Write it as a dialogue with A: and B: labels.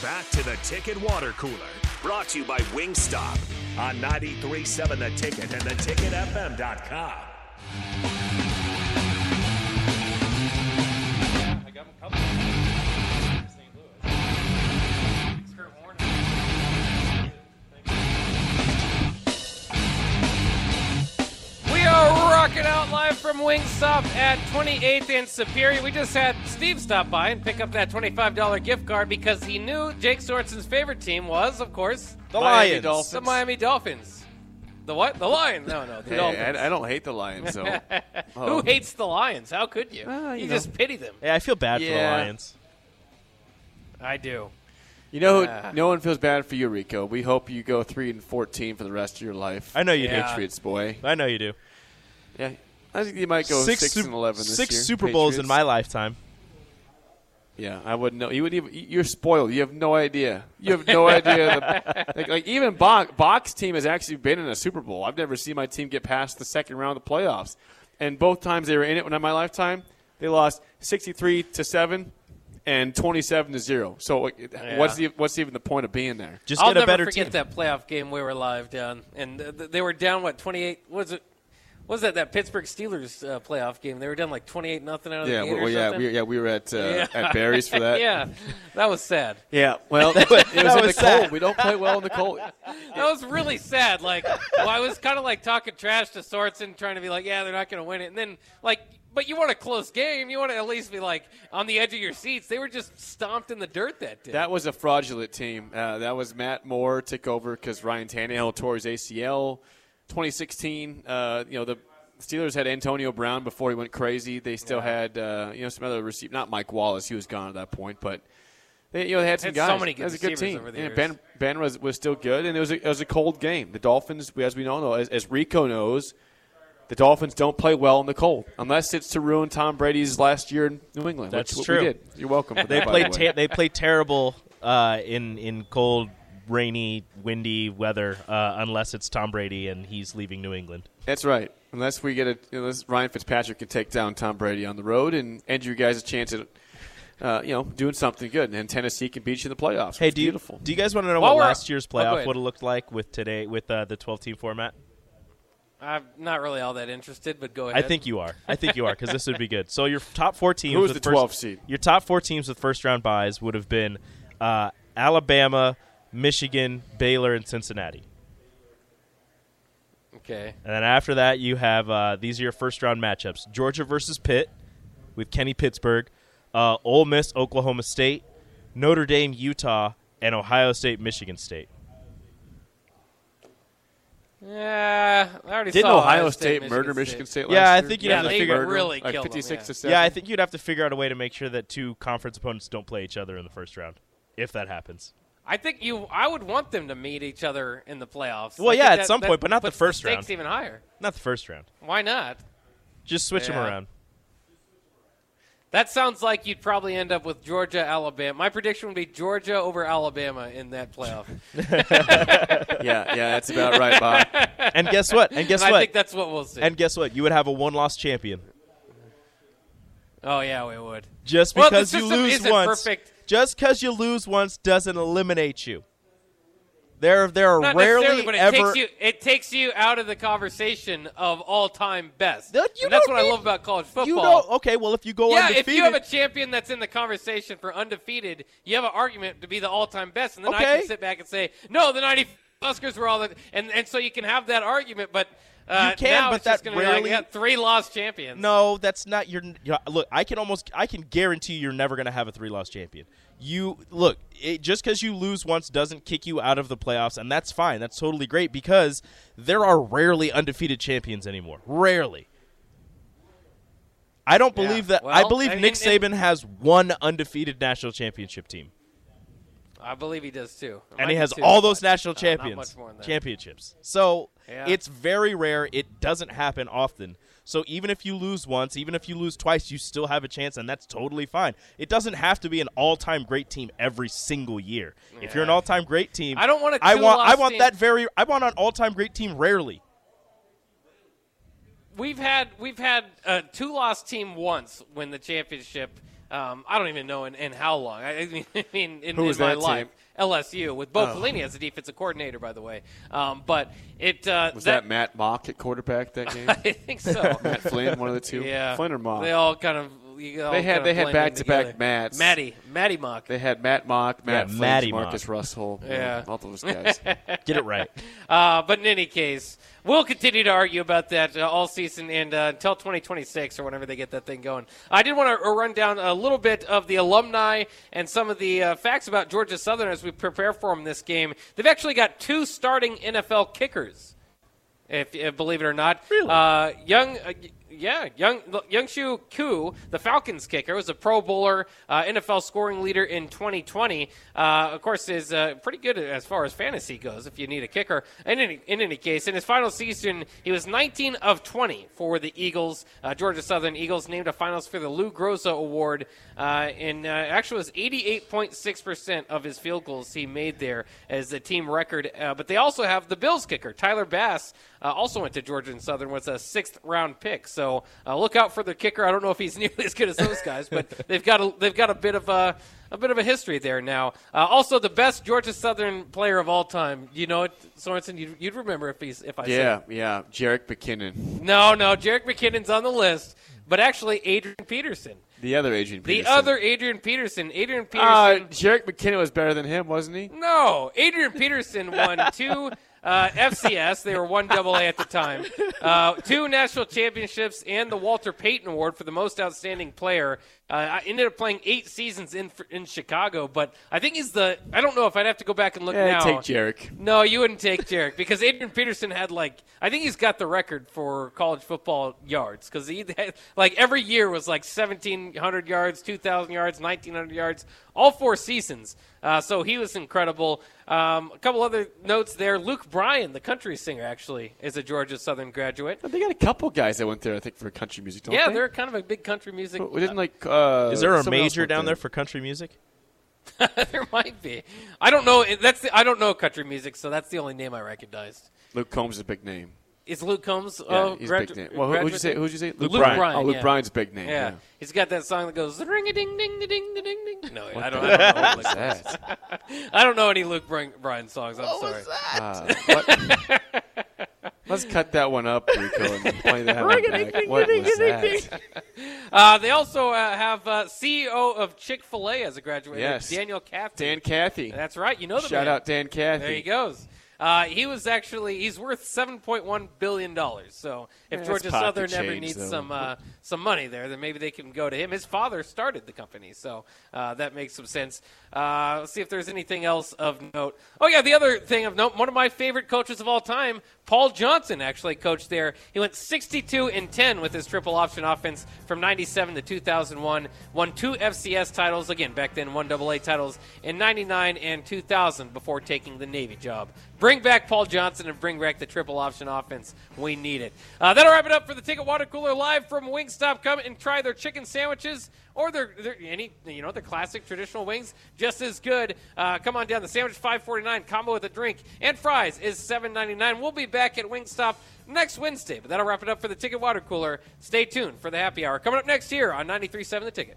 A: Back to the Ticket Water Cooler, brought to you by Wingstop on 93.7 The Ticket and theticketfm.com.
B: I got a couple. St. Louis. Kurt Warner. We are rocking out live from Wingstop at 28th and Superior. We just had Steve stop by and pick up that $25 gift card because he knew Jake Sorensen's favorite team was, of course,
C: The
D: Miami
C: Lions.
D: Dolphins.
C: The
B: the Miami Dolphins. The what? The Lions? No, no, the
D: Hey,
B: Dolphins.
D: I, I don't hate the Lions though.
B: Who hates the Lions? How could you? you
D: you know.
B: just pity them.
C: Yeah, I feel bad for the
D: Yeah.
C: Lions.
B: I do.
D: You know,
B: Yeah.
D: who no one feels bad for you, Rico. We hope you go three and fourteen for the rest of your life.
C: I know you
B: Yeah.
D: Patriots boy.
C: do. I know you do.
D: Yeah, I think you might go six,
C: Sup-
D: and eleven. This
C: six
D: year.
C: Super Bowls in
D: Patriots.
C: my lifetime.
D: Yeah, I wouldn't know. You would even. You're spoiled. You have no idea. You have no idea. The, like, like even Bach, Bach's team has actually been in a Super Bowl. I've never seen my team get past the second round of the playoffs, and both times they were in it. When in my lifetime, they lost sixty-three to seven and twenty-seven to zero. So like, what's the, what's even the point of being there?
C: Just
B: I'll
C: get
B: never
C: a better
B: forget
C: team.
B: that playoff game we were live down, and th- th- they were down what twenty eight? Was it? Was that that Pittsburgh Steelers uh, playoff game? They were down like twenty eight nothing out of the gate or something.
D: yeah, we were at uh,
B: Yeah.
D: at Barry's for that.
B: yeah, that was sad.
D: yeah. Well, it was in the
C: was sad.
D: cold. We don't play well in the cold.
B: That was really sad. Like, well, I was kind of like talking trash to Sorensen, trying to be like, yeah, they're not going to win it. And then, like, but you want a close game. You want to at least be like on the edge of your seats. They were just stomped in the dirt that day.
D: That was a fraudulent team. Uh, that was Matt Moore took over because Ryan Tannehill tore his ACL. 2016, uh, you know the Steelers had Antonio Brown before he went crazy. They still had uh, you know some other receiver, not Mike Wallace. He was gone at that point, but they you know they had some
B: Had so
D: guys.
B: many good
D: that was a good
B: receivers
D: team.
B: over the
D: and
B: years.
D: Ben Ben was, was still good, and it was a, it was a cold game. The Dolphins, as we all know, as, as Rico knows. The Dolphins don't play well in the cold, unless it's to ruin Tom Brady's last year in New England.
C: That's
D: which,
C: true.
D: We did. You're welcome. For
C: They
D: that, by
C: play.
D: the way.
C: Ter- they play terrible uh, in in cold, rainy, windy weather. Uh, unless it's Tom Brady and he's leaving New England.
D: That's right. Unless we get a, unless Ryan Fitzpatrick can take down Tom Brady on the road and end you guys a chance at, uh, you know, doing something good, and Tennessee can beat you in the playoffs.
C: Hey,
D: It's
C: do you,
D: beautiful.
C: do you guys want to know
B: While
C: what
B: we're-
C: last year's
B: Oh, go
C: playoff
B: ahead.
C: would have looked like with today with uh, the twelve team format?
B: I'm not really all that interested, but go
C: I
B: ahead.
C: think you are. I think you are because this would be good. So your top four teams.
D: Who was
C: with
D: the
C: first-
D: 12th seed?
C: Your top four teams with first round buys would have been uh, Alabama, Michigan, Baylor, and Cincinnati.
B: okay.
C: And then after that, you have uh, these are your first round matchups: Georgia versus Pitt, with Kenny Pittsburgh, uh, Ole Miss, Oklahoma State, Notre Dame, Utah, and Ohio State, Michigan State.
B: Yeah, I already
D: Didn't
B: saw
D: Ohio State, murder Michigan State? last
C: Yeah, I
D: year?
C: think you'd Yeah, have to
B: they figure- really
D: like
B: killed them,
D: 56
B: yeah.
D: to seven.
C: Yeah, I think you'd have to figure out a way to make sure that two conference opponents don't play each other in the first round, if that happens.
B: I think you. I would want them to meet each other in the playoffs.
C: Well,
B: I
C: yeah,
B: think
C: at some point, but not the
B: puts
C: first
B: stakes
C: round.
B: even higher.
C: Not the first round.
B: Why not?
C: Just switch them
B: Yeah.
C: around.
B: That sounds like you'd probably end up with Georgia, Alabama. My prediction would be Georgia over Alabama in that playoff.
D: yeah, yeah, that's about right, Bob.
C: And guess what? And guess
B: and I
C: what?
B: think that's what we'll see.
C: and guess what? You would have a one-loss champion
B: oh yeah, we would.
C: just
B: Well, the
C: because you
B: system
C: lose
B: isn't
C: once.
B: perfect.
C: Just because you lose once doesn't eliminate you. There, there are
B: Not necessarily,
C: rarely
B: but it
C: ever.
B: takes you. It takes you out of the conversation of all-time best.
C: That- you
B: and that's
C: don't
B: what I
C: need-
B: love about college football.
C: you know, okay. Well, if you go
B: Yeah,
C: undefeated,
B: if you have a champion that's in the conversation for undefeated, you have an argument to be the all-time best, and then I can
C: Okay.
B: sit back and say, "No, the '90 Huskers were all the," and and so you can have that argument, but uh,
C: You can,
B: now
C: but
B: it's just
C: that
B: going to be
C: rarely-
B: like yeah, three lost champions.
C: no, that's not your. you know, Look, I can almost, I can guarantee you're never going to have a three-loss champion. You look, it, just because you lose once doesn't kick you out of the playoffs, and that's fine. That's totally great because there are rarely undefeated champions anymore. Rarely. I don't
B: Yeah,
C: believe that. I
B: well,
C: believe
B: I mean,
C: Nick
B: and-
C: Saban has one undefeated national championship team,
B: I believe he does too. It might
C: and he
B: be
C: has
B: two,
C: all those
B: but uh,
C: national
B: not- not
C: champions
B: much more than that.
C: championships. So
B: Yeah.
C: it's very rare. It doesn't happen often. So even if you lose once, even if you lose twice, you still have a chance, and that's totally fine. It doesn't have to be an all-time great team every single year. If you're an all-time great team,
B: I don't want a
C: I want. I
B: two-loss
C: want
B: team.
C: that very. I want an all-time great team rarely.
B: uh, We've had we've had a two-loss team once win the championship Um, I don't even know in, in how long. I I mean, I mean in,
D: Who
B: in
D: was
B: my
D: that
B: life,
D: team?
B: LSU with
C: Oh.
B: Bo Pelini as the defensive coordinator, by the way. Um, but it uh,
D: Was that, Matt Mock at quarterback that game?
B: I think so.
D: Matt Flynn, one of the two.
B: yeah,
D: Flynn or Mock.
B: They all kind of you all
D: They had-
B: kind of
D: they had
B: blend in
D: back-to-back
B: together.
D: Matts.
B: Matty Matty Mock.
D: They had Matt Mock, Matt Flynn,
C: Matty
D: Marcus
C: Mock.
D: Russell.
B: Yeah.
D: all those guys.
C: Get it right.
B: Uh, but in any case, we'll continue to argue about that uh, all season and uh, until 2026 or whenever they get that thing going. I did want to run down a little bit of the alumni and some of the uh, facts about Georgia Southern as we prepare for them this game. They've actually got two starting NFL kickers if, if believe it or not. Really? Uh, young, uh, y- yeah, young Youngshu Koo, the Falcons kicker, was a Pro Bowler, uh, NFL scoring leader in 2020. Uh, of course, is uh, pretty good as far as fantasy goes. If you need a kicker, in any in any case, in his final season, he was 19 of 20 for the Eagles. Uh, Georgia Southern Eagles named a finalist for the Lou Groza Award, uh, and uh, actually was 88.6 percent of his field goals he made there as the team record. Uh, but they also have the Bills kicker Tyler Bass uh, also went to Georgia and Southern was a sixth round pick. So uh, look out for the kicker. I don't know if he's nearly as good as those guys, but they've got a, they've got a bit of a. A bit of a history there now. Uh, also, the best Georgia Southern player of all time. You know it, Sorensen. You'd, you'd remember if he's if I said
D: yeah, yeah. Jarek McKinnon,
B: no, no, Jarek McKinnon's on the list, but actually Adrian Peterson.
D: the other Adrian.
B: The
D: Peterson.
B: other Adrian Peterson. Adrian
D: Uh,
B: Peterson.
D: Jarek McKinnon was better than him, wasn't he?
B: no, Adrian Peterson won two uh, FCS. They were one double A at the time. Uh, two national championships and the Walter Payton Award for the most outstanding player. Uh, I ended up playing eight seasons in in Chicago, but I think he's the. I don't know if I'd have to go back and look
D: Yeah,
B: now.
D: take Jarek.
B: No, you wouldn't take Jarek because Adrian Peterson had like I think he's got the record for college football yards because he had, like every year was like seventeen hundred yards, two thousand yards, nineteen hundred yards, all four seasons. Uh, so he was incredible. Um, a couple other notes there. Luke Bryan, the country singer, actually is a Georgia Southern graduate.
D: They got a couple guys that went there, I think, for country music. Don't
B: Yeah,
D: they?
B: they're kind of a big country music.
D: Well, Didn't like. Uh,
C: Is there a
D: someone else
C: major
D: went
C: down there for country music?
B: there might be. I don't know. That's the, I don't know country music, so that's the only name I recognized.
D: Luke Combs is a big name.
B: Is Luke Combs?
D: Yeah,
B: uh,
D: he's a
B: gradu-
D: big name. Well, who, who'd you
B: graduate
D: say?
B: there?
D: Who'd you say?
B: Luke Bryan. Bryan,
D: Oh, Luke
B: yeah.
D: Bryan's a big name.
B: Yeah.
D: yeah.
B: He's got that song that goes ring a ding ding ding ding ding ding. No, I don't, I don't know. What that
D: That's-
B: is. I don't know any Luke Bryan Bryan songs. I'm sorry.
D: Uh, what- Let's cut that one up, Rico, and play that one back. What was that?
B: Uh, they also uh, have uh, CEO of Chick Fil A as a graduate.
D: Yes.
B: Daniel Caffey.
D: Dan Cathy.
B: That's right. You know the
D: Shout
B: man.
D: out Dan Cathy.
B: There he goes. Uh, he was actually he's worth seven point one billion dollars. So if
D: That's
B: Georgia
D: pocket
B: Southern ever
D: change,
B: needs
D: though.
B: some uh, some money there, then maybe they can go to him. His father started the company, so uh, that makes some sense. Uh, let's see if there's anything else of note. Oh yeah, the other thing of note, one of my favorite coaches of all time, Paul Johnson, actually coached there. He went sixty two and ten with his triple option offense from ninety seven to two thousand one. Won two FCS titles again back then, one AA titles in ninety nine and two thousand before taking the Navy job. Bring back Paul Johnson and bring back the triple option offense. We need it. Uh, that'll wrap it up for the Ticket Water Cooler live from Wingstop. Come and try their chicken sandwiches or their, their any you know their classic traditional wings, just as good. Uh, come on down. The sandwich five forty nine combo with a drink and fries is seven ninety nine. We'll be back at Wingstop next Wednesday. But that'll wrap it up for the Ticket Water Cooler. Stay tuned for the happy hour coming up next here on 93.7 The Ticket.